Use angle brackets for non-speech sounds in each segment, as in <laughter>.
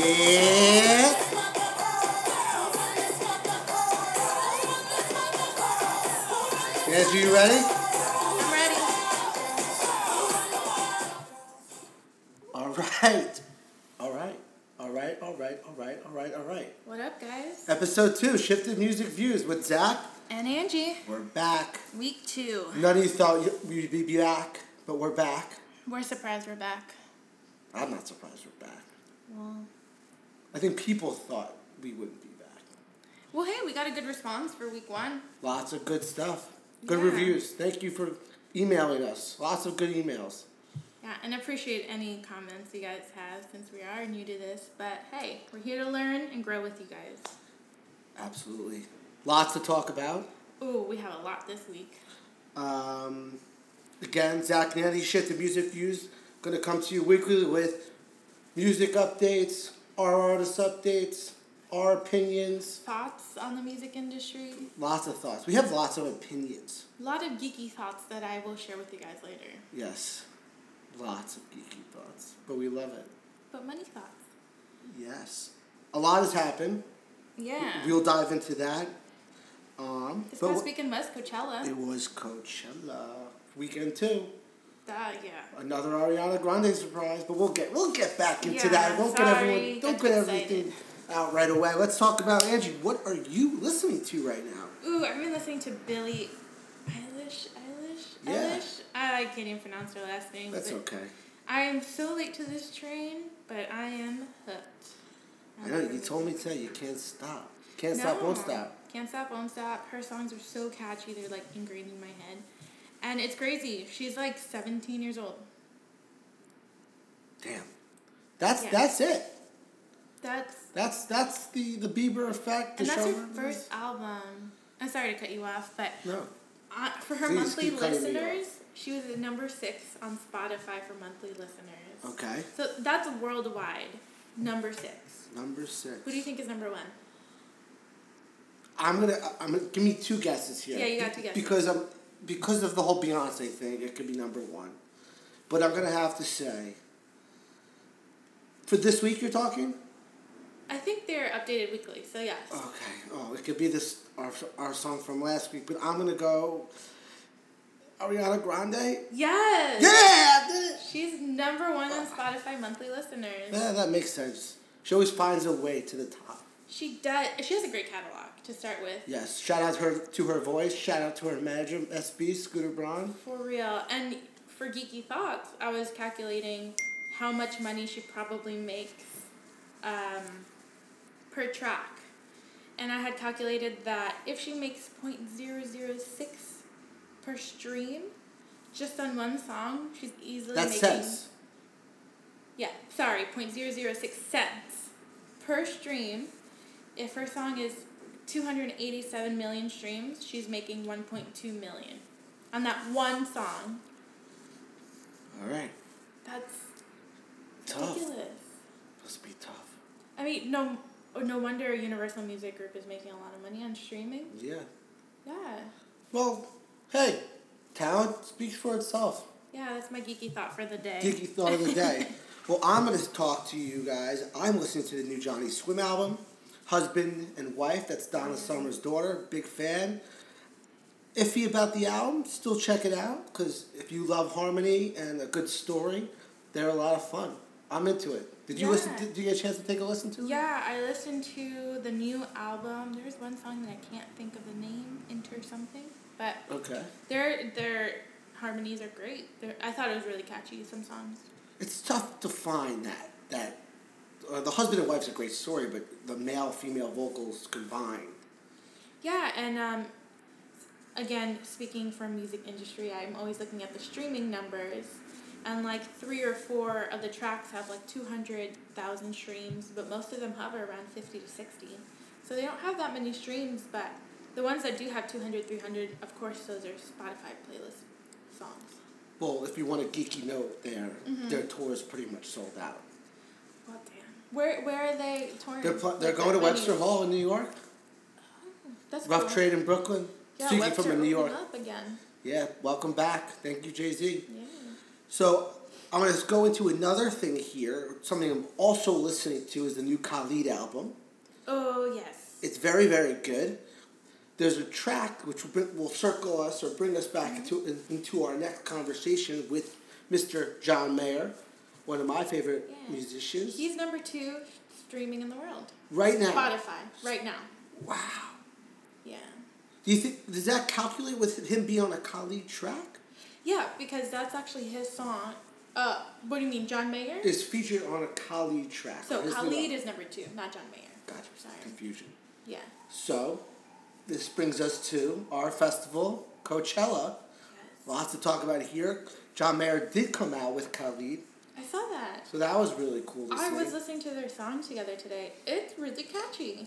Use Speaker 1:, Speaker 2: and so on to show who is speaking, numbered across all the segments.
Speaker 1: It's Yes, you ready? All
Speaker 2: I'm ready.
Speaker 1: right. All right. All right. All right. All right. All right. All right.
Speaker 2: What up, guys?
Speaker 1: Episode two, Shifted Music Views with Zach.
Speaker 2: And Angie,
Speaker 1: We're back.
Speaker 2: week two.
Speaker 1: None of you thought you- we'd be back, but we're back.
Speaker 2: We're surprised we're back.
Speaker 1: I'm not surprised we're back.
Speaker 2: Well,
Speaker 1: I think people thought we wouldn't be back.
Speaker 2: well, hey, we got a good response for week one.
Speaker 1: Lots of good stuff. Good
Speaker 2: Yeah.
Speaker 1: reviews. Thank you for emailing us. Lots of good emails.
Speaker 2: Yeah, and appreciate any comments you guys have since we are new to this. But hey, we're here to learn and grow with you guys.
Speaker 1: Absolutely. Lots to talk about.
Speaker 2: Ooh, we have a lot this week.
Speaker 1: Um, again, Zach and Andy, shit, the music views. Gonna come to you weekly with music updates, our artist updates, our opinions,
Speaker 2: Thoughts on the music industry?
Speaker 1: lots of thoughts. We have lots of opinions.
Speaker 2: A lot of geeky thoughts that I will share with you guys later.
Speaker 1: Yes, lots of geeky thoughts, but we love it.
Speaker 2: But money thoughts.
Speaker 1: Yes, a lot has happened.
Speaker 2: Yeah.
Speaker 1: We'll dive into that. Um,
Speaker 2: this
Speaker 1: but
Speaker 2: past weekend was Coachella.
Speaker 1: it was Coachella weekend too.
Speaker 2: That, yeah.
Speaker 1: Another Ariana Grande surprise, but we'll get we'll get back into
Speaker 2: Yeah,
Speaker 1: that. We'll get everyone
Speaker 2: sorry,
Speaker 1: don't
Speaker 2: got
Speaker 1: get
Speaker 2: too
Speaker 1: everything out right away. Let's talk about Angie. What are you listening to right now?
Speaker 2: Ooh, I've been listening to Billie Eilish. Eilish.
Speaker 1: Yeah.
Speaker 2: Eilish. I can't even pronounce her last name.
Speaker 1: That's
Speaker 2: but
Speaker 1: okay.
Speaker 2: I am so late to this train, but I am hooked.
Speaker 1: I know you told me today you can't stop. Can't stop, won't stop.
Speaker 2: Can't stop, won't stop. Her songs are so catchy; they're like ingrained in my head, and it's crazy. She's like seventeen years old.
Speaker 1: Damn. That's
Speaker 2: Yeah.
Speaker 1: that's it.
Speaker 2: That's
Speaker 1: That's that's the the Bieber effect. The
Speaker 2: and that's her
Speaker 1: Shawn Mendes.
Speaker 2: first album. I'm sorry to cut you off, but
Speaker 1: No.
Speaker 2: uh, for her
Speaker 1: Please
Speaker 2: monthly
Speaker 1: keep cutting me off.
Speaker 2: listeners, she was at number six on Spotify for monthly listeners.
Speaker 1: Okay.
Speaker 2: So that's worldwide. Number six.
Speaker 1: Number six.
Speaker 2: Who do you think is number one?
Speaker 1: I'm gonna I'm gonna give me two guesses here.
Speaker 2: Yeah, you got two guesses.
Speaker 1: Because I'm because of the whole Beyonce thing, it could be number one. But I'm gonna have to say for this week you're talking?
Speaker 2: I think they're updated weekly, so yes.
Speaker 1: Okay. Oh, it could be this our, our song from last week, but I'm gonna go Ariana Grande?
Speaker 2: Yes!
Speaker 1: Yeah! I did it!
Speaker 2: She's number one on Spotify monthly listeners.
Speaker 1: Yeah, that makes sense. She always finds a way to the top.
Speaker 2: She does. She has a great catalog to start with,
Speaker 1: Yes. Shout out to her to her voice, shout out to her manager, SB, Scooter Braun.
Speaker 2: for real. And for geeky thoughts, I was calculating how much money she probably makes um, per track, and I had calculated that if she makes point zero zero six per stream, just on one song, she's easily
Speaker 1: That
Speaker 2: making.
Speaker 1: says
Speaker 2: Yeah, sorry, point zero zero six cents per stream. If her song is two hundred eighty seven million streams, she's making one point two million on that one song.
Speaker 1: All right.
Speaker 2: That's
Speaker 1: Tough.
Speaker 2: ridiculous.
Speaker 1: Must be tough.
Speaker 2: I mean, no, oh, no wonder Universal Music Group is making a lot of money on streaming.
Speaker 1: Yeah.
Speaker 2: Yeah,
Speaker 1: Well, hey, talent speaks for itself.
Speaker 2: yeah, that's my geeky thought for the day.
Speaker 1: Geeky thought of the
Speaker 2: <laughs>
Speaker 1: day. well, I'm going to talk to you guys. I'm listening to the new Johnny Swim album, Husband and Wife. That's Donna Summer's daughter. Big fan. Iffy about the album. Still check it out because if you love harmony and a good story, they're a lot of fun. I'm into it. Did you
Speaker 2: Yeah.
Speaker 1: listen? To, did you get a chance to take a listen to it?
Speaker 2: Yeah, I listened to the new album. There's one song that I can't think of the name, Enter something, but
Speaker 1: Okay.
Speaker 2: Their their harmonies are great. They're, I thought it was really catchy. Some songs.
Speaker 1: it's tough to find that that uh, the husband and wife's a great story, but the male female vocals combined.
Speaker 2: Yeah, and um, again, speaking from music industry, I'm always looking at the streaming numbers, and like three or four of the tracks have like two hundred thousand streams, but most of them hover around fifty to sixty. So they don't have that many streams, but the ones that do have 200, 300, of course, those are Spotify playlist songs.
Speaker 1: Well, if you want a geeky note, there
Speaker 2: Mm-hmm.
Speaker 1: their tour is pretty much sold out.
Speaker 2: Well, damn. Where where are they touring?
Speaker 1: They're pl-
Speaker 2: Like,
Speaker 1: they're going to
Speaker 2: venues?
Speaker 1: Webster Hall in New York.
Speaker 2: That's
Speaker 1: Rough
Speaker 2: cool.
Speaker 1: Trade in Brooklyn.
Speaker 2: Yeah,
Speaker 1: Speaking
Speaker 2: Webster
Speaker 1: from a New
Speaker 2: opened
Speaker 1: York.
Speaker 2: up again.
Speaker 1: Yeah, welcome back. Thank you, Jay Z.
Speaker 2: Yeah.
Speaker 1: So I'm gonna go into another thing here. Something I'm also listening to is the new Khalid album.
Speaker 2: Oh yes.
Speaker 1: It's very very good. There's a track which will, bring, will circle us or bring us back into
Speaker 2: Mm-hmm.
Speaker 1: in, into our next conversation with Mr. John Mayer, one of my favorite
Speaker 2: Yeah.
Speaker 1: musicians.
Speaker 2: He's number two streaming in the world.
Speaker 1: right now,
Speaker 2: Spotify right now.
Speaker 1: wow.
Speaker 2: Yeah.
Speaker 1: Do you think does that calculate with him being on a Khalid track?
Speaker 2: Yeah, because that's actually his song. Uh, what do you mean, John Mayer?
Speaker 1: Is featured on a Khalid track.
Speaker 2: So
Speaker 1: on his new
Speaker 2: Khalid
Speaker 1: album.
Speaker 2: is number two, not John Mayer.
Speaker 1: Gotcha.
Speaker 2: Sorry.
Speaker 1: Confusion.
Speaker 2: Yeah.
Speaker 1: So, this brings us to our festival, Coachella.
Speaker 2: Yes.
Speaker 1: Lots to talk about here. John Mayer did come out with Khalid,
Speaker 2: I saw that.
Speaker 1: so that was really cool to
Speaker 2: I
Speaker 1: see.
Speaker 2: was listening to their song together today. It's really catchy.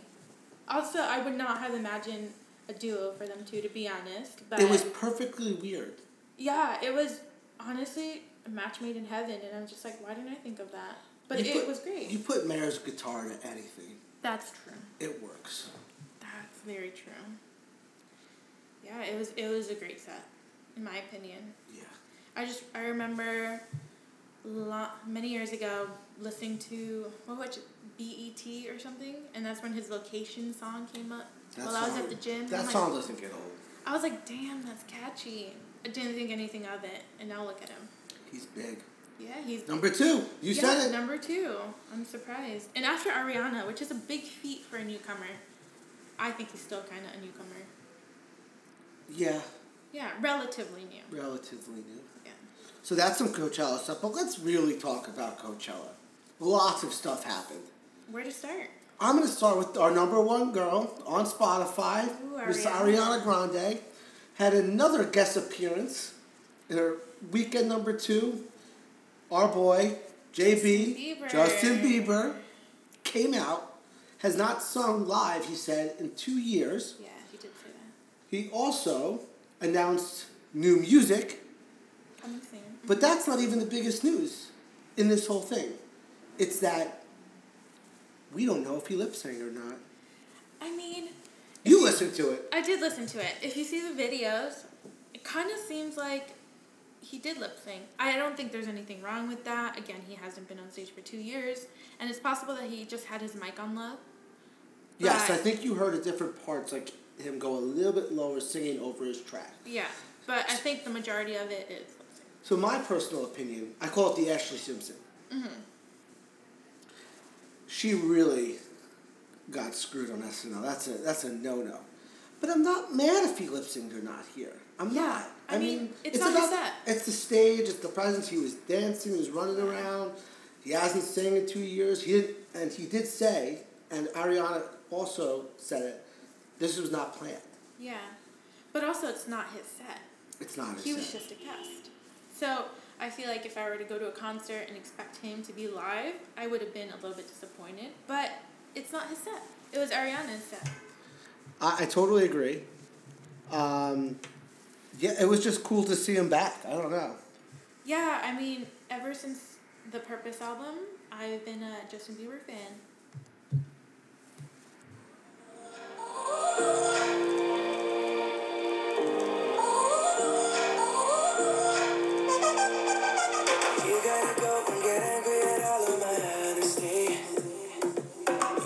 Speaker 2: Also, I would not have imagined a duo for them two, to be honest. But
Speaker 1: it was perfectly weird.
Speaker 2: yeah, it was honestly a match made in heaven, and I'm just like, why didn't I think of that? But
Speaker 1: You
Speaker 2: it
Speaker 1: put-
Speaker 2: was great.
Speaker 1: You put Mayer's guitar to anything,
Speaker 2: That's true.
Speaker 1: it works.
Speaker 2: That's very true. Yeah, it was it was a great set, in my opinion.
Speaker 1: Yeah.
Speaker 2: I just I remember, lo- many years ago listening to what was it, BET or something, and that's when his location song came up.
Speaker 1: That
Speaker 2: while I was
Speaker 1: song-
Speaker 2: at the gym, I'm
Speaker 1: That
Speaker 2: like,
Speaker 1: song doesn't get old.
Speaker 2: I was like, damn, that's catchy. I didn't think anything of it, and now look at him.
Speaker 1: He's big.
Speaker 2: Yeah, he's
Speaker 1: Number two, you
Speaker 2: yeah,
Speaker 1: said it.
Speaker 2: number two. I'm surprised. And after Ariana, which is a big feat for a newcomer, I think he's still kind of a newcomer.
Speaker 1: Yeah,
Speaker 2: Yeah, relatively new.
Speaker 1: relatively new.
Speaker 2: Yeah.
Speaker 1: So that's some Coachella stuff, but let's really talk about Coachella. Lots of stuff happened.
Speaker 2: Where to start?
Speaker 1: I'm gonna start with our number one girl on Spotify,
Speaker 2: Ooh,
Speaker 1: Miss
Speaker 2: Ariana.
Speaker 1: Ariana Grande, had another guest appearance in her weekend number two. Our boy JB
Speaker 2: Justin
Speaker 1: Justin
Speaker 2: Bieber.
Speaker 1: Bieber came out, has not sung live. He said in two years.
Speaker 2: Yeah, he did say that.
Speaker 1: He also announced new music,
Speaker 2: Coming soon.
Speaker 1: but that's not even the biggest news in this whole thing. It's that we don't know if he lip sang or not.
Speaker 2: I mean,
Speaker 1: You listen to it.
Speaker 2: I did listen to it. If you see the videos, it kind of seems like he did lip sync. I don't think there's anything wrong with that. Again, he hasn't been on stage for two years, and it's possible that he just had his mic on low.
Speaker 1: Yes, I
Speaker 2: Right.
Speaker 1: think you heard at different parts, like him go a little bit lower singing over his track.
Speaker 2: Yeah, but I think the majority of it is lip sync.
Speaker 1: So, my personal opinion, I call it the Ashley Simpson.
Speaker 2: Mm-hmm.
Speaker 1: She really got screwed on SNL. That's a that's a no no. But I'm not mad if he lip synced or not here. I'm not.
Speaker 2: I mean, it's not his
Speaker 1: about-
Speaker 2: set.
Speaker 1: It's the stage. It's the presence. He was dancing. He was running around. He hasn't sang in two years. He did, and he did say, and Ariana also said it. This was not planned.
Speaker 2: Yeah, but also it's not his set.
Speaker 1: It's not his
Speaker 2: He
Speaker 1: set.
Speaker 2: was just a guest. So I feel like if I were to go to a concert and expect him to be live, I would have been a little bit disappointed. But it's not his set. It was Ariana's set.
Speaker 1: I, I totally agree. Um, yeah, it was just cool to see him back. I don't know.
Speaker 2: Yeah, I mean, ever since the Purpose album, I've been a Justin Bieber fan.
Speaker 3: You gotta go and get angry at all of my honesty.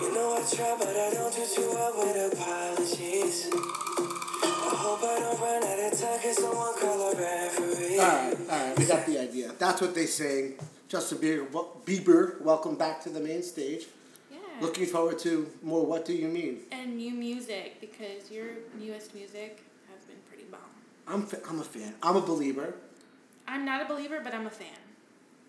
Speaker 3: You know I try, but I don't do too well with apologies. I hope I don't run out of time, cause someone call a referee.
Speaker 1: All right, all right, we got the idea. That's what they sang. Justin Bieber, wel- Bieber, welcome back to the main stage.
Speaker 2: Yeah.
Speaker 1: Looking forward to more. What do you mean?
Speaker 2: And new music because your newest music has been pretty bomb.
Speaker 1: I'm fa- I'm a fan. I'm a believer.
Speaker 2: I'm not a believer, but I'm a fan.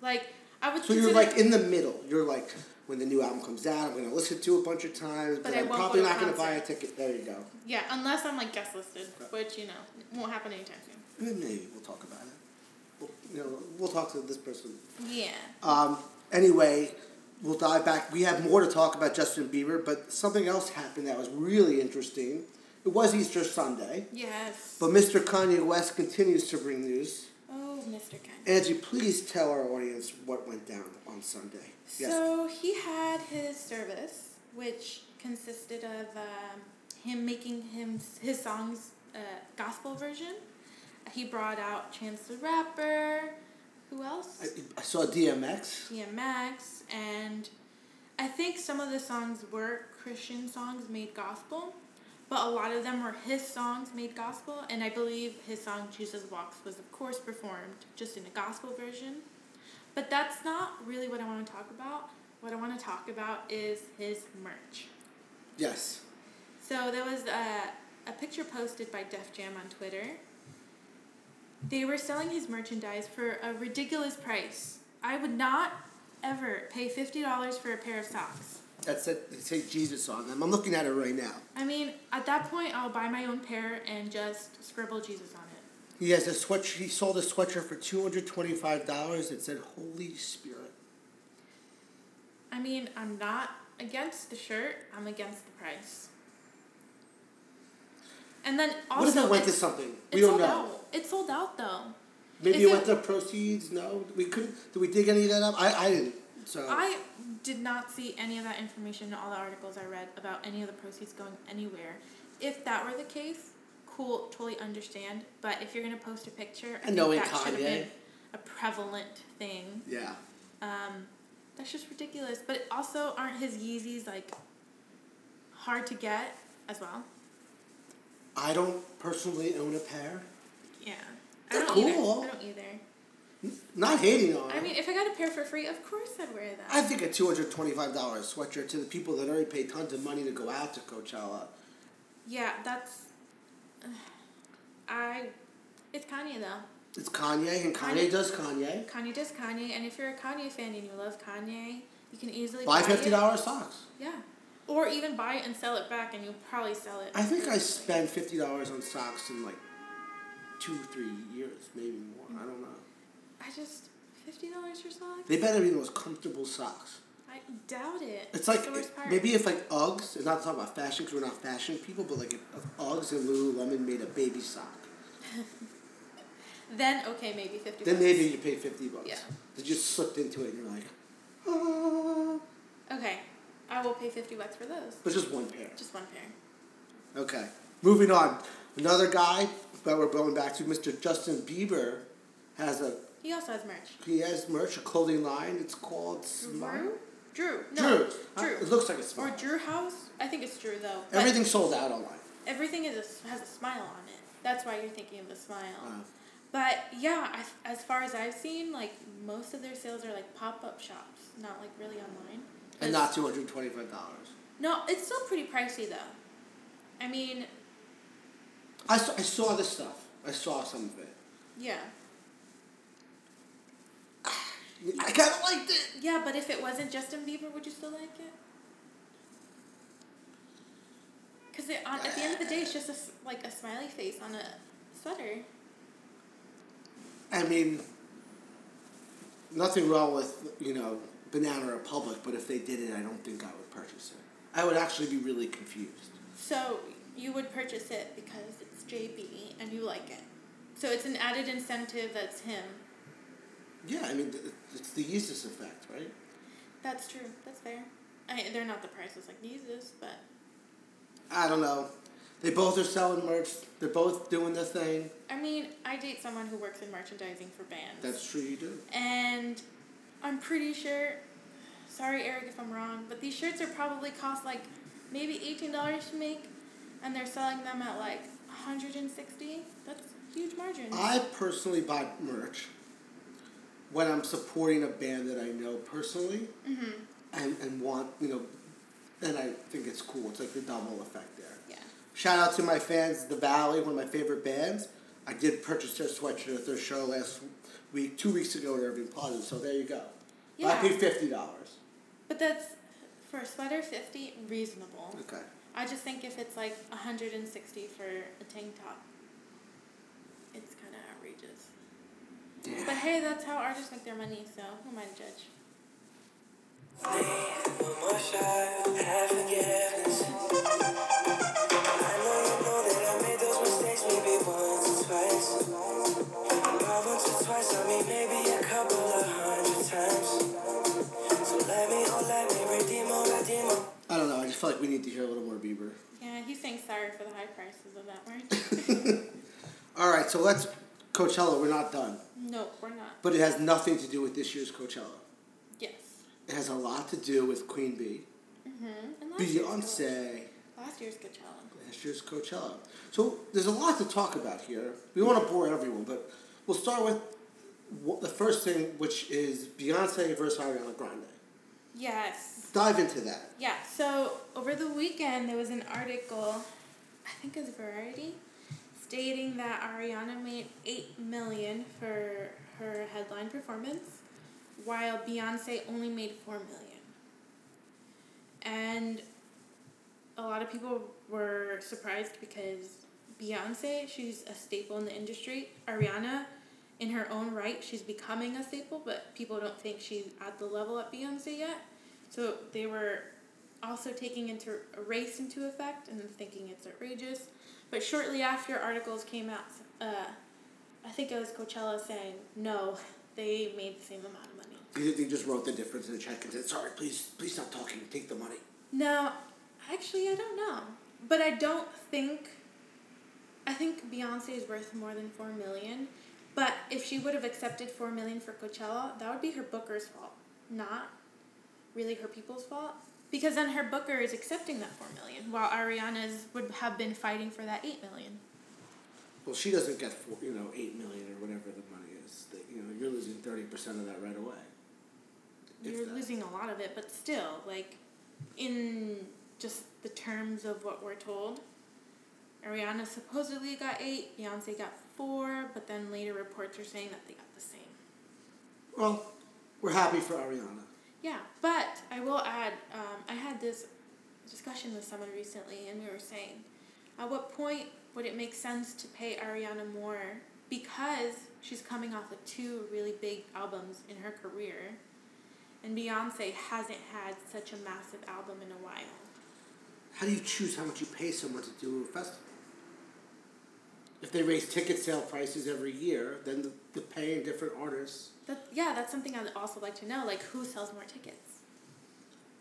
Speaker 2: Like I would.
Speaker 1: So you're
Speaker 2: consider-
Speaker 1: like in the middle. You're like when the new album comes out, I'm gonna listen to it a bunch of times, but,
Speaker 2: I
Speaker 1: I'm
Speaker 2: won't go
Speaker 1: probably
Speaker 2: to
Speaker 1: not gonna buy a
Speaker 2: concert.
Speaker 1: ticket. There you go.
Speaker 2: Yeah, unless I'm like guest listed, which you know won't happen anytime soon.
Speaker 1: Eh, Maybe we'll talk about it. We'll, you know, we'll talk to this person
Speaker 2: Yeah.
Speaker 1: Um, anyway, we'll dive back. We have more to talk about Justin Bieber, but something else happened that was really interesting. It was Easter Sunday,
Speaker 2: Yes.
Speaker 1: but Mr. Kanye West continues to bring news.
Speaker 2: Oh, Mr. Ken.
Speaker 1: Angie, please tell our audience what went down on Sunday. Yes.
Speaker 2: So he had his service, which consisted of um, him making him his songs uh, gospel version. He brought out Chance the Rapper, Who else?
Speaker 1: I, I saw DMX.
Speaker 2: DMX, and I think some of the songs were Christian songs made gospel, but a lot of them were his songs made gospel, and I believe his song Jesus Walks was, of course, performed just in a gospel version. But that's not really what I want to talk about. What I want to talk about is his merch.
Speaker 1: Yes.
Speaker 2: So there was a, a picture posted by Def Jam on Twitter. They were selling his merchandise for a ridiculous price. I would not ever pay $50 for a pair of socks.
Speaker 1: That's it. It says Jesus on them. I'm looking at it right now.
Speaker 2: I mean, at that point, I'll buy my own pair and just scribble Jesus on it.
Speaker 1: He has a sweatshirt. He sold a sweatshirt for two hundred twenty-five dollars. It said Holy Spirit.
Speaker 2: I mean, I'm not against the shirt, I'm against the price. And then also,
Speaker 1: what if it went to
Speaker 2: it's-
Speaker 1: something?
Speaker 2: it
Speaker 1: We don't
Speaker 2: sold
Speaker 1: know.
Speaker 2: Out. It sold out though.
Speaker 1: Maybe
Speaker 2: If
Speaker 1: it
Speaker 2: it-
Speaker 1: went to proceeds. No, we couldn't. Did we dig any of that up? I, I didn't. So
Speaker 2: I did not see any of that information in all the articles I read about any of the proceeds going anywhere. If that were the case, cool, totally understand. But if you're gonna post a picture, I
Speaker 1: And knowing
Speaker 2: think that should have
Speaker 1: Kanye.
Speaker 2: been a prevalent thing.
Speaker 1: yeah,
Speaker 2: Um, that's just ridiculous. But also, aren't his Yeezys like hard to get as well?
Speaker 1: I don't personally own a pair.
Speaker 2: Yeah,
Speaker 1: They're
Speaker 2: I don't
Speaker 1: cool.
Speaker 2: either. I don't either.
Speaker 1: Not hating on.
Speaker 2: I mean, if I got a pair for free, of course I'd wear that.
Speaker 1: I think a two hundred twenty-five dollars sweatshirt to the people that already pay tons of money to go out to Coachella.
Speaker 2: Yeah, that's. <sighs> I. It's Kanye though.
Speaker 1: It's Kanye, and Kanye,
Speaker 2: Kanye-
Speaker 1: does Kanye.
Speaker 2: Kanye does Kanye, and if you're a Kanye fan and you love Kanye, you can easily
Speaker 1: Buy
Speaker 2: it.
Speaker 1: fifty dollars socks.
Speaker 2: Yeah, or even buy it and sell it back, and you'll probably sell it.
Speaker 1: I think I spent fifty dollars on socks in like two, three years, maybe more. I don't know.
Speaker 2: I just fifty dollars for socks.
Speaker 1: They better be the most comfortable socks.
Speaker 2: I doubt it.
Speaker 1: It's
Speaker 2: That's
Speaker 1: like
Speaker 2: the worst part.
Speaker 1: maybe if like Uggs, and not talking about fashion because we're not fashion people, but like if Uggs and Lululemon made a baby sock,
Speaker 2: Then okay, maybe fifty.
Speaker 1: then
Speaker 2: bucks.
Speaker 1: maybe you pay fifty bucks.
Speaker 2: Yeah.
Speaker 1: They just slipped into it, and you're like, ah,
Speaker 2: Okay, I will pay fifty bucks for those.
Speaker 1: but just one pair.
Speaker 2: Just one pair.
Speaker 1: Okay, moving on. Another guy that we're going back to, Mr. Justin Bieber, has a
Speaker 2: He also has merch.
Speaker 1: he has merch, a clothing line. It's called Smile.
Speaker 2: Drew. Drew. No.
Speaker 1: Drew. Huh? It looks like a smile.
Speaker 2: Or Drew House. I think it's Drew though. but-
Speaker 1: Everything sold out online.
Speaker 2: everything is a, has a smile on it. That's why you're thinking of the smile.
Speaker 1: Uh,
Speaker 2: But yeah, I, as far as I've seen, like most of their sales are like pop up shops, not like really online.
Speaker 1: and not two hundred twenty five dollars.
Speaker 2: No, it's still pretty pricey though. I mean,
Speaker 1: I saw, I saw this stuff. I saw some of it.
Speaker 2: yeah,
Speaker 1: I kind of liked it.
Speaker 2: yeah. But if it wasn't Justin Bieber, would you still like it? Because at the end of the day, it's just a s like a smiley face on a sweater.
Speaker 1: I mean, nothing wrong with you know Banana Republic, but if they did it, I don't think I would purchase it. I would actually be really confused.
Speaker 2: So you would purchase it because it's JB and you like it. So it's an added incentive that's him.
Speaker 1: Yeah, I mean, th- it's the Yeezus effect, right?
Speaker 2: That's true. That's fair. I they're not the prices like Jesus, but
Speaker 1: I don't know. They both are selling merch. They're both doing their thing.
Speaker 2: I mean, I date someone who works in merchandising for bands.
Speaker 1: That's true. You do.
Speaker 2: and I'm pretty sure sorry Eric if I'm wrong, but these shirts are probably cost like maybe eighteen dollars to make and they're selling them at like hundred and sixty. That's huge margin.
Speaker 1: I personally buy merch when I'm supporting a band that I know personally and, and want, you know, and I think it's cool. It's like the double effect there.
Speaker 2: yeah.
Speaker 1: Shout out to my fans, The Valley, one of my favorite bands. I did purchase their sweatshirt at their show last week, two weeks ago at Irving Plaza, so there you go. I
Speaker 2: Yeah.
Speaker 1: paid $50.
Speaker 2: But that's for a sweater fifty reasonable.
Speaker 1: Okay.
Speaker 2: I just think if it's like hundred and sixty for a tank top, it's kind of outrageous. But hey, that's how artists make their money, so who am I to judge?
Speaker 3: One more shot, have forgiveness. I know you know that I made those mistakes maybe once or twice. By once or twice, I mean maybe a couple of hundred times. So let me, oh let me redeem, oh redeem, oh.
Speaker 1: I don't know, I just feel like we need to hear a little more Bieber.
Speaker 2: Yeah, he's saying sorry for the high prices of that merch.
Speaker 1: All right, so let's Coachella, we're not done.
Speaker 2: No, we're not.
Speaker 1: But it has nothing to do with this year's Coachella.
Speaker 2: Yes.
Speaker 1: It has a lot to do with Queen Bee,
Speaker 2: And last year's Coachella-
Speaker 1: Beyonce,
Speaker 2: Last year's Coachella.
Speaker 1: last year's Coachella. So there's a lot to talk about here. We want to bore everyone, but we'll start with wh- the first thing, which is Beyonce versus Ariana Grande.
Speaker 2: Yes.
Speaker 1: Dive into that.
Speaker 2: Yeah, so over the weekend there was an article, I think it was Variety, stating that Ariana made 8 million for her headline performance while Beyonce only made 4 million. And a lot of people were surprised because Beyonce, she's a staple in the industry. Ariana in her own right, she's becoming a staple, but people don't think she's at the level at Beyonce yet. So they were also taking into a race into effect and thinking it's outrageous. But shortly after articles came out, uh, I think it was Coachella saying no, they made the same amount of money.
Speaker 1: They they just wrote the difference in the check and said, sorry, please, please stop talking, take the money.
Speaker 2: No, actually, I don't know. But I don't think. I think Beyonce is worth more than four million. But if she would have accepted four million for Coachella, that would be her booker's fault, not really her people's fault. Because then her booker is accepting that four million, while Ariana's would have been fighting for that eight million.
Speaker 1: Well, she doesn't get four, you know eight million or whatever the money is. That you know you're losing thirty percent of that right away. If
Speaker 2: You're
Speaker 1: that.
Speaker 2: losing a lot of it, but still, like, in just the terms of what we're told, Ariana supposedly got eight, Beyonce got four, but then later reports are saying that they got the same.
Speaker 1: Well, we're happy for Ariana.
Speaker 2: Yeah, but I will add, um, I had this discussion with someone recently, and we were saying, at what point would it make sense to pay Ariana more because she's coming off of two really big albums in her career, and Beyonce hasn't had such a massive album in a while.
Speaker 1: How do you choose how much you pay someone to do a festival? If they raise ticket sale prices every year, then the, the paying different artists
Speaker 2: That yeah, that's something I'd also like to know, like who sells more tickets.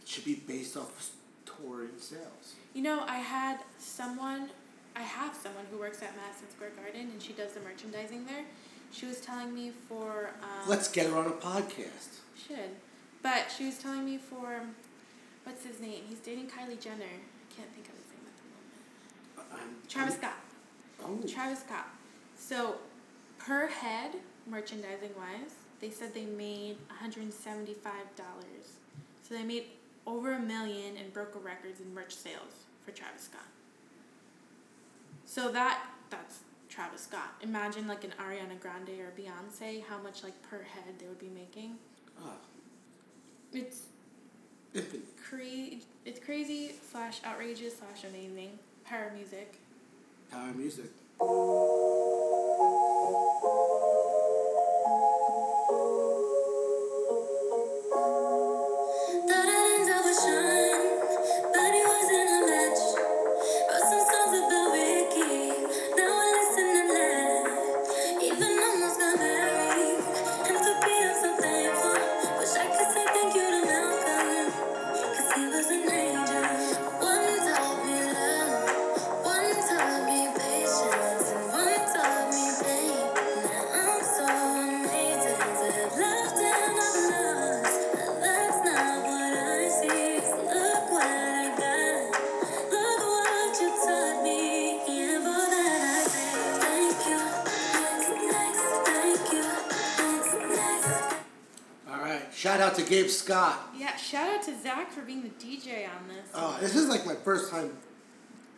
Speaker 1: should be based off s- touring sales.
Speaker 2: You know, I had someone, I have someone who works at Madison Square Garden, and she does the merchandising there. She was telling me for. Um,
Speaker 1: Let's get her on a podcast.
Speaker 2: Should. But she was telling me for what's his name? He's dating Kylie Jenner. I can't think of his name at the moment.
Speaker 1: I- I'm-
Speaker 2: Travis Scott.
Speaker 1: Oh,
Speaker 2: Travis Scott. So per head, merchandising wise, they said they made $175. So they made over a million and broke a records in merch sales for Travis Scott. So that that's Travis Scott. Imagine like an Ariana Grande or Beyonce, how much like per head they would be making.
Speaker 1: ah,
Speaker 2: It's
Speaker 1: infinite.
Speaker 2: cra- it's crazy slash outrageous slash amazing power music
Speaker 1: Power music.
Speaker 4: Thought I'd end up with Sean, but he wasn't a match. Wrote some songs about Ricky, now I listen and laugh. Even almost got married, and for Pete I'm so thankful. Wish I could say thank you to Malcolm, 'cause he was an angel. One taught me love, one taught me patience, and one taught me pain. Now I'm so amazing to have loved and I've lost. That's not what I see. Look what I got. Look what you taught me. Yeah, for that I say thank you. Next, next, thank you. Next, next.
Speaker 1: All right. Shout out to Gabe Scott.
Speaker 2: yeah shout out to zach for being the dj on this
Speaker 1: Uh, this is like my first time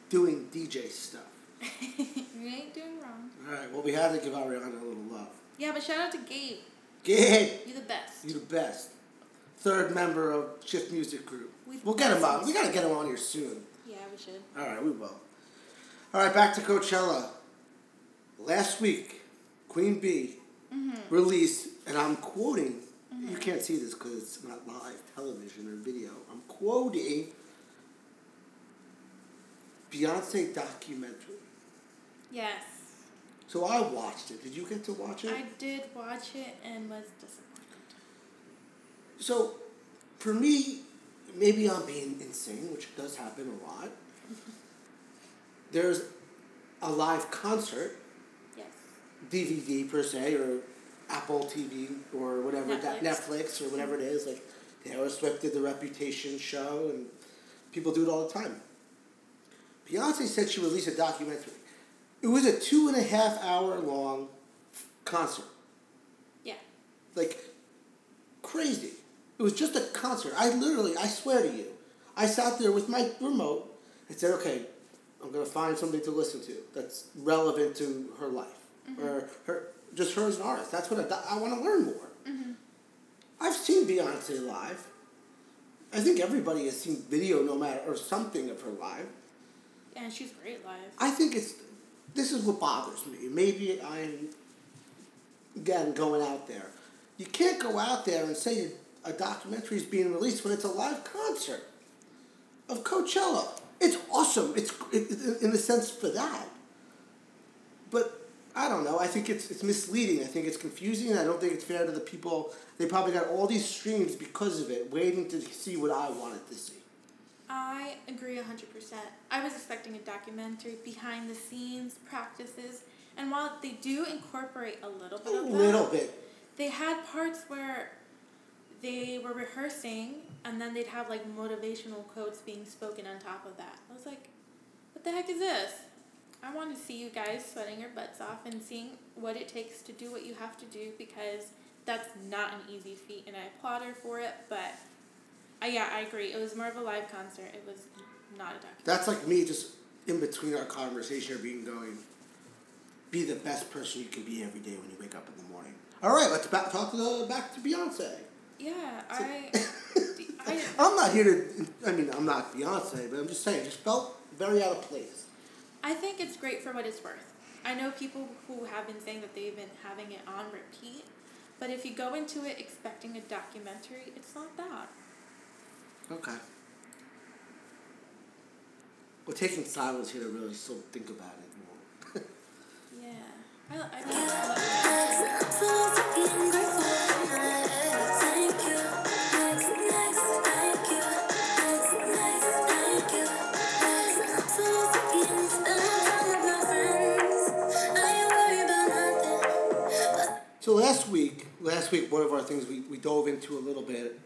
Speaker 1: doing DJ stuff.
Speaker 2: <laughs> you ain't doing wrong
Speaker 1: All right, well, we had to give Ariana a little love.
Speaker 2: yeah but shout out to gabe
Speaker 1: Gabe,
Speaker 2: you the best
Speaker 1: you the best. Third member of Shift Music Group.
Speaker 2: We've-
Speaker 1: We'll get him on. We gotta get him on here soon.
Speaker 2: yeah we should
Speaker 1: All right, we will. All right, back to Coachella. Last week, Queen Bee Mm-hmm. released, and I'm quoting. You can't see this because it's not live television or video. I'm quoting Beyonce documentary.
Speaker 2: yes
Speaker 1: So I watched it. Did you get to watch it?
Speaker 2: i did watch it and was disappointed
Speaker 1: So, for me, maybe I'm being insane, which does happen a lot. There's a live concert
Speaker 2: yes
Speaker 1: DVD per se or Apple TV or whatever that
Speaker 2: Netflix.
Speaker 1: Netflix or whatever it is. Like Taylor Swift did the Reputation show, and people do it all the time. Beyonce said she released a documentary. It was a two and a half hour long concert,
Speaker 2: Yeah.
Speaker 1: like crazy. It was just a concert. I literally, I swear to you, I sat there with my remote and said, "Okay, I'm gonna find something to listen to that's relevant to her life or her, just her as an artist. That's what I, do- I want to learn more. I've seen Beyonce live. I think everybody has seen video, no matter or something of her live.
Speaker 2: And she's great live.
Speaker 1: I think it's this is what bothers me. Maybe I'm again going out there. You can't go out there and say a documentary is being released when it's a live concert of Coachella. It's awesome. It's it, it- in a sense for that. But I don't know. I think it's it's misleading. I think it's confusing. I don't think it's fair to the people. They probably got all these streams because of it, waiting to see what I wanted to see.
Speaker 2: I agree 100%. I was expecting a documentary, behind the scenes practices, and while they do incorporate a little
Speaker 1: A
Speaker 2: bit of that,
Speaker 1: little bit.
Speaker 2: they had parts where they were rehearsing and then they'd have like motivational quotes being spoken on top of that. I was like, what the heck is this? I want to see you guys sweating your butts off and seeing what it takes to do what you have to do because that's not an easy feat and I applaud her for it, but uh, yeah, I agree. It was more of a live concert. It was not a documentary.
Speaker 1: That's like me just in between our conversation or being going, be the best person you can be every day when you wake up in the morning. All right, let's back, talk to the, back to Beyonce.
Speaker 2: Yeah, I, I
Speaker 1: I'm not here to, I mean, I'm not Beyonce, but I'm just saying, it just felt very out of place.
Speaker 2: I think it's great for what it's worth. I know people who have been saying that they've been having it on repeat, but if you go into it expecting a documentary, it's not that.
Speaker 1: Okay. We're taking silence here to really still think about it more. <laughs>
Speaker 2: Yeah. I, I think
Speaker 1: So last week, last week, one of our things we, we dove into a little bit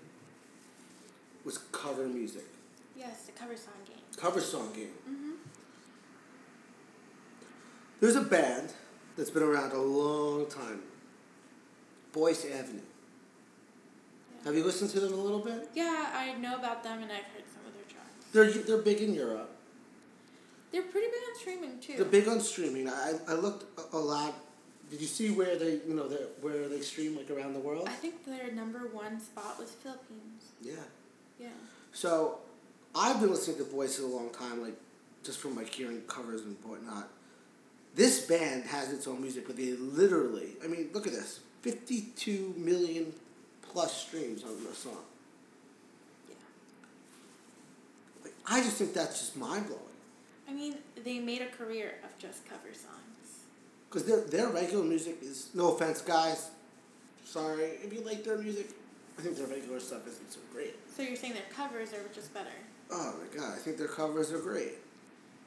Speaker 1: was cover music.
Speaker 2: yes, the cover song game.
Speaker 1: cover song game. There's a band that's been around a long time. Boyce Avenue. Have you listened to them a little bit?
Speaker 2: Yeah, I know about them and I've heard some of their
Speaker 1: They're
Speaker 2: tracks.
Speaker 1: they're big in Europe.
Speaker 2: They're pretty big on streaming too.
Speaker 1: They're big on streaming. I, I looked a- a lot. Did you see where they you know they- where they stream like around the world?
Speaker 2: I think their number one spot was Philippines.
Speaker 1: Yeah.
Speaker 2: Yeah.
Speaker 1: So, I've been listening to Boyce a long time, like just from like hearing covers and whatnot. This band has its own music, but they literally, I mean, look at this: fifty-two million plus streams on the song.
Speaker 2: Yeah.
Speaker 1: Like, I just think that's just mind blowing
Speaker 2: I mean, they made a career of just cover songs.
Speaker 1: because their their regular music is no offense, guys. Sorry if you like their music. I think their regular stuff isn't so great.
Speaker 2: So you're saying their covers are just better?
Speaker 1: Oh my god, I think their covers are great.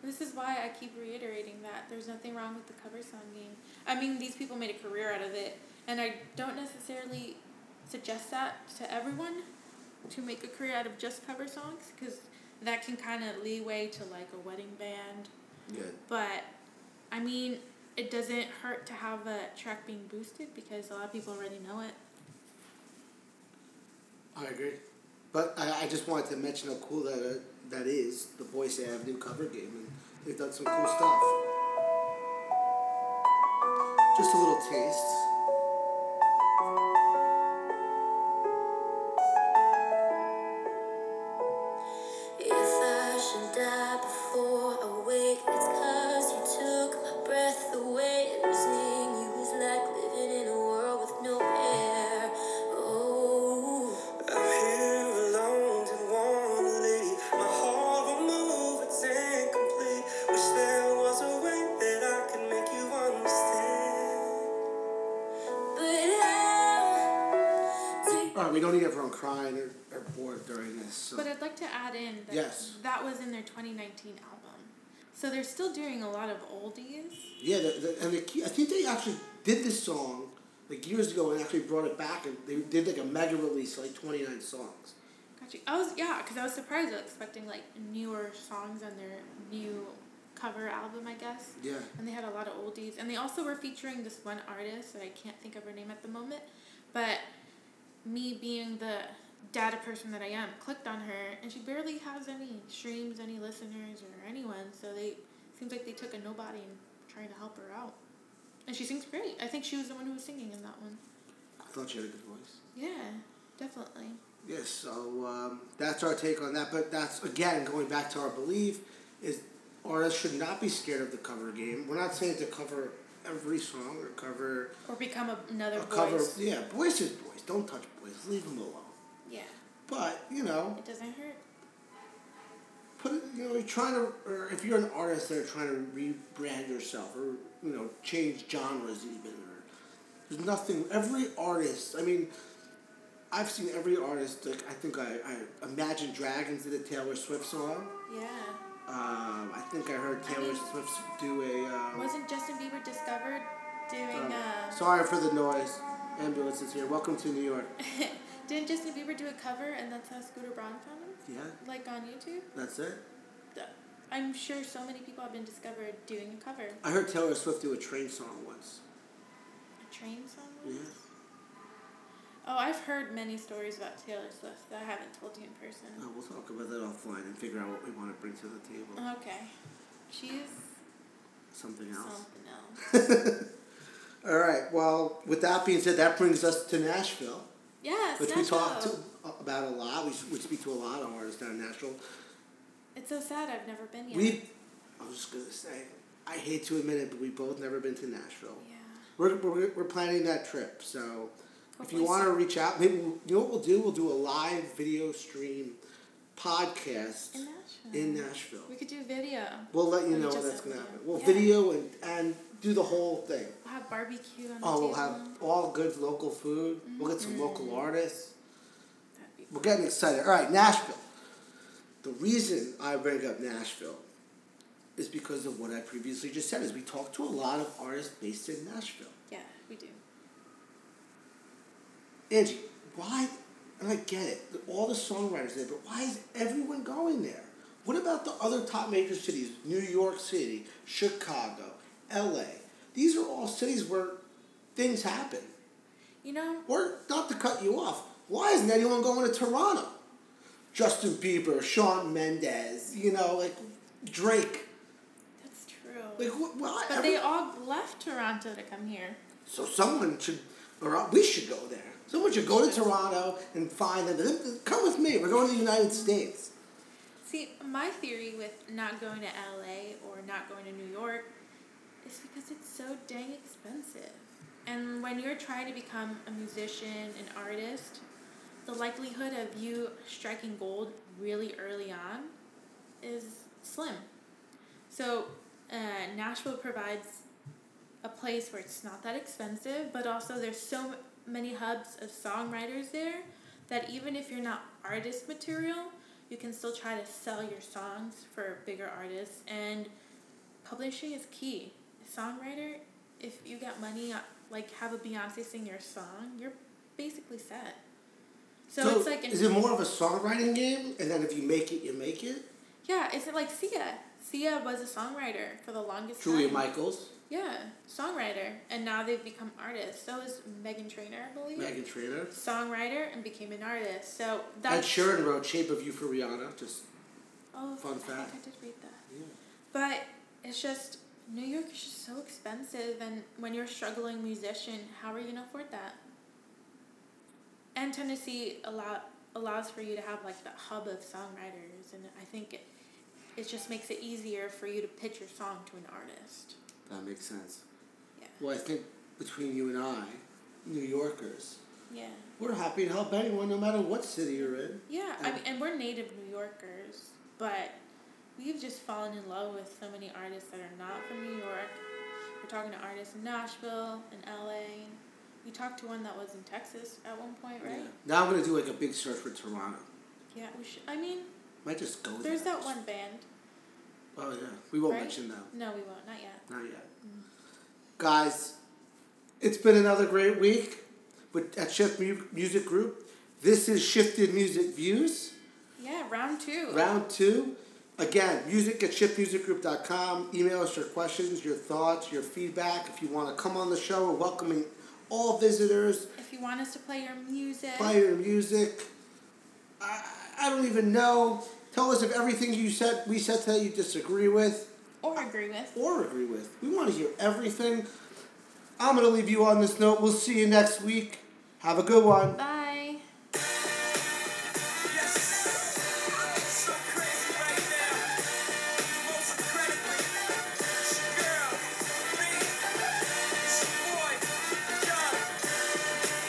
Speaker 2: This is why I keep reiterating that there's nothing wrong with the cover song game. I mean, these people made a career out of it, and I don't necessarily suggest that to everyone to make a career out of just cover songs because that can kind of leeway to like a wedding band.
Speaker 1: Yeah.
Speaker 2: But I mean, it doesn't hurt to have a track being boosted because a lot of people already know it.
Speaker 1: I agree. But I, I just wanted to mention how cool that uh, that is, the Boyce Avenue cover game, and they've done some cool stuff. Just a little taste.
Speaker 4: If I should die before I wake, it's 'cause you took my breath away. Losing you is like living in a world with no air. Oh.
Speaker 3: I'm here alone, don't wanna leave. My whole move, it's incomplete. Wish there was a way that I could make you understand.
Speaker 4: But how do
Speaker 1: All right, we don't need everyone crying or, or bored during this. So.
Speaker 2: But I'd like to add in that
Speaker 1: Yes.
Speaker 2: that was in their 2019 album. So they're still doing a lot of oldies.
Speaker 1: yeah, the, the, and the key, I think they actually did this song like years ago and actually brought it back and they did like a mega release like twenty nine songs.
Speaker 2: Gotcha. I was yeah, because I was surprised. I was expecting like newer songs on their new cover album, I guess.
Speaker 1: Yeah.
Speaker 2: And they had a lot of oldies, and they also were featuring this one artist that I can't think of her name at the moment, but me being the data person that I am, clicked on her, and she barely has any streams, any listeners, or anyone. So they seems like they took a nobody and trying to help her out, and she sings great. I think she was the one who was singing in that one.
Speaker 1: I thought she had a good voice.
Speaker 2: Yeah, definitely.
Speaker 1: Yes, so um, that's our take on that. But that's again going back to our belief is artists should not be scared of the cover game. We're not saying to cover every song or cover
Speaker 2: Or become a, another
Speaker 1: a
Speaker 2: voice.
Speaker 1: cover. Yeah, boys is boys. Don't touch boys. Leave them alone.
Speaker 2: Yeah,
Speaker 1: But you know,
Speaker 2: it doesn't hurt.
Speaker 1: put it, you know, you're trying to, or if you're an artist that are trying to rebrand yourself or, you know, change genres even, or there's nothing, every artist, I mean, I've seen every artist, like, I think I, I Imagine Dragons did a Taylor Swift song.
Speaker 2: Yeah.
Speaker 1: Um, I think I heard Taylor
Speaker 2: mean,
Speaker 1: Swift do a, um,
Speaker 2: Wasn't Justin Bieber discovered doing?
Speaker 1: um,
Speaker 2: Uh,
Speaker 1: sorry for the noise, ambulance is here, welcome to New York.
Speaker 2: <laughs> didn't Justin Bieber do a cover, and that's how Scooter Braun found him?
Speaker 1: Yeah,
Speaker 2: Like on YouTube.
Speaker 1: that's it.
Speaker 2: The- I'm sure so many people have been discovered doing a cover.
Speaker 1: I heard Taylor Swift do a train song once.
Speaker 2: A train song.
Speaker 1: Yeah.
Speaker 2: Oh, I've heard many stories about Taylor Swift that I haven't told you in
Speaker 1: Uh,
Speaker 2: person.
Speaker 1: we'll talk about that offline and figure out what we want to bring to the table.
Speaker 2: Okay, she's
Speaker 1: Something else.
Speaker 2: something else.
Speaker 1: <laughs> All right. Well, with that being said, that brings us to Nashville,
Speaker 2: Yeah,
Speaker 1: which
Speaker 2: Snatch
Speaker 1: we talked to,
Speaker 2: Up.
Speaker 1: uh, about a lot. We, s- we speak to a lot of artists down in Nashville.
Speaker 2: It's so sad I've never been yet.
Speaker 1: We, I was just gonna say, I hate to admit it, but we both never been to Nashville.
Speaker 2: yeah.
Speaker 1: We're, we're, we're planning that trip, so if
Speaker 2: Hopefully
Speaker 1: you want to
Speaker 2: soon.
Speaker 1: reach out, maybe we'll, you know what we'll do? We'll do a live video stream podcast
Speaker 2: In Nashville.
Speaker 1: in Nashville.
Speaker 2: We could do video.
Speaker 1: We'll let you
Speaker 2: We
Speaker 1: know
Speaker 2: just
Speaker 1: when that's
Speaker 2: have
Speaker 1: gonna
Speaker 2: video.
Speaker 1: happen. We'll
Speaker 2: Yeah.
Speaker 1: video and, and do the whole thing.
Speaker 2: We'll have barbecue on the
Speaker 1: Oh, we'll
Speaker 2: table.
Speaker 1: have all good local food. We'll get some local artists.
Speaker 2: That'd be
Speaker 1: We're getting excited. All right, Nashville. The reason I bring up Nashville is because of what I previously just said. Is we talked to a lot of artists based in Nashville.
Speaker 2: Yeah, we do.
Speaker 1: Angie, why? And I get it. All the songwriters there, but why is everyone going there? What about the other top major cities? New York City, Chicago, L.A. These are all cities where things happen.
Speaker 2: You know,
Speaker 1: Or not to cut you off, why isn't anyone going to Toronto? Justin Bieber, Sean Mendez, you know, like Drake.
Speaker 2: that's true.
Speaker 1: Like wh- why?
Speaker 2: But
Speaker 1: every-
Speaker 2: they all left Toronto to come here.
Speaker 1: so someone should, or we should go there. Someone should go to Toronto and find them. "Th- Come with me. We're going to the United States.
Speaker 2: See, my theory with not going to LA or not going to New York is because it's so dang expensive. And when you're trying to become a musician, an artist, the likelihood of you striking gold really early on is slim. So, uh, Nashville provides a place where it's not that expensive, but also there's so m- many hubs of songwriters there that even if you're not artist material, you can still try to sell your songs for bigger artists. And publishing is key. A songwriter, if you got money, uh, like have a Beyonce sing your song, you're basically set. So, it's like an
Speaker 1: is it more of a songwriting game? And then if you make it, you make it.
Speaker 2: yeah, is it like Sia? Sia was a songwriter for the longest
Speaker 1: Julia
Speaker 2: time.
Speaker 1: Michaels,
Speaker 2: Yeah, songwriter, and now they've become artists. So is Megan Trainor, I believe.
Speaker 1: Megan Trainor,
Speaker 2: Songwriter and became an artist. So
Speaker 1: Ed
Speaker 2: that's
Speaker 1: Sheeran wrote "Shape of You" for Rihanna. Just
Speaker 2: Oh,
Speaker 1: Fun
Speaker 2: I think
Speaker 1: fact.
Speaker 2: I did read that.
Speaker 1: yeah.
Speaker 2: But it's just New York is just so expensive, and when you're a struggling musician, how are you gonna afford that? And Tennessee allow allows for you to have like that hub of songwriters, and I think it it just makes it easier for you to pitch your song to an artist.
Speaker 1: that makes sense.
Speaker 2: Yeah.
Speaker 1: Well, I think between you and I, New Yorkers,
Speaker 2: Yeah.
Speaker 1: we're happy to help anyone, no matter what city you're in.
Speaker 2: Yeah, I
Speaker 1: And-
Speaker 2: mean, and we're native New Yorkers, but we've just fallen in love with so many artists that are not from New York. We're talking to artists in Nashville, in LA. We talked to one that was in Texas at one point, right?
Speaker 1: Yeah. Now I'm gonna do like a big search for Toronto.
Speaker 2: Yeah, we should. I mean,
Speaker 1: Might just go there.
Speaker 2: there's that one band.
Speaker 1: Oh yeah, we won't
Speaker 2: right? Mm.
Speaker 1: mention them.
Speaker 2: No, we won't. Not yet.
Speaker 1: Not yet. Guys, It's been another great week with at Shift Mu- Music Group. This is Shifted Music Views,
Speaker 2: Yeah, round two.
Speaker 1: round two. Again, music at shiftmusicgroup.com. Email us your questions, your thoughts, your feedback. If you want to come on the show, we're welcoming all visitors.
Speaker 2: if you want us to play your music,
Speaker 1: Play your music. I, I don't even know. Tell us if everything you said we said today you disagree with.
Speaker 2: or agree with,
Speaker 1: or agree with. We want to hear everything. I'm going to leave you on this note. We'll see you next week. Have a good one.
Speaker 2: bye.
Speaker 3: So crazy right now. Most incredible. It's your girl, me. It's your boy, Young.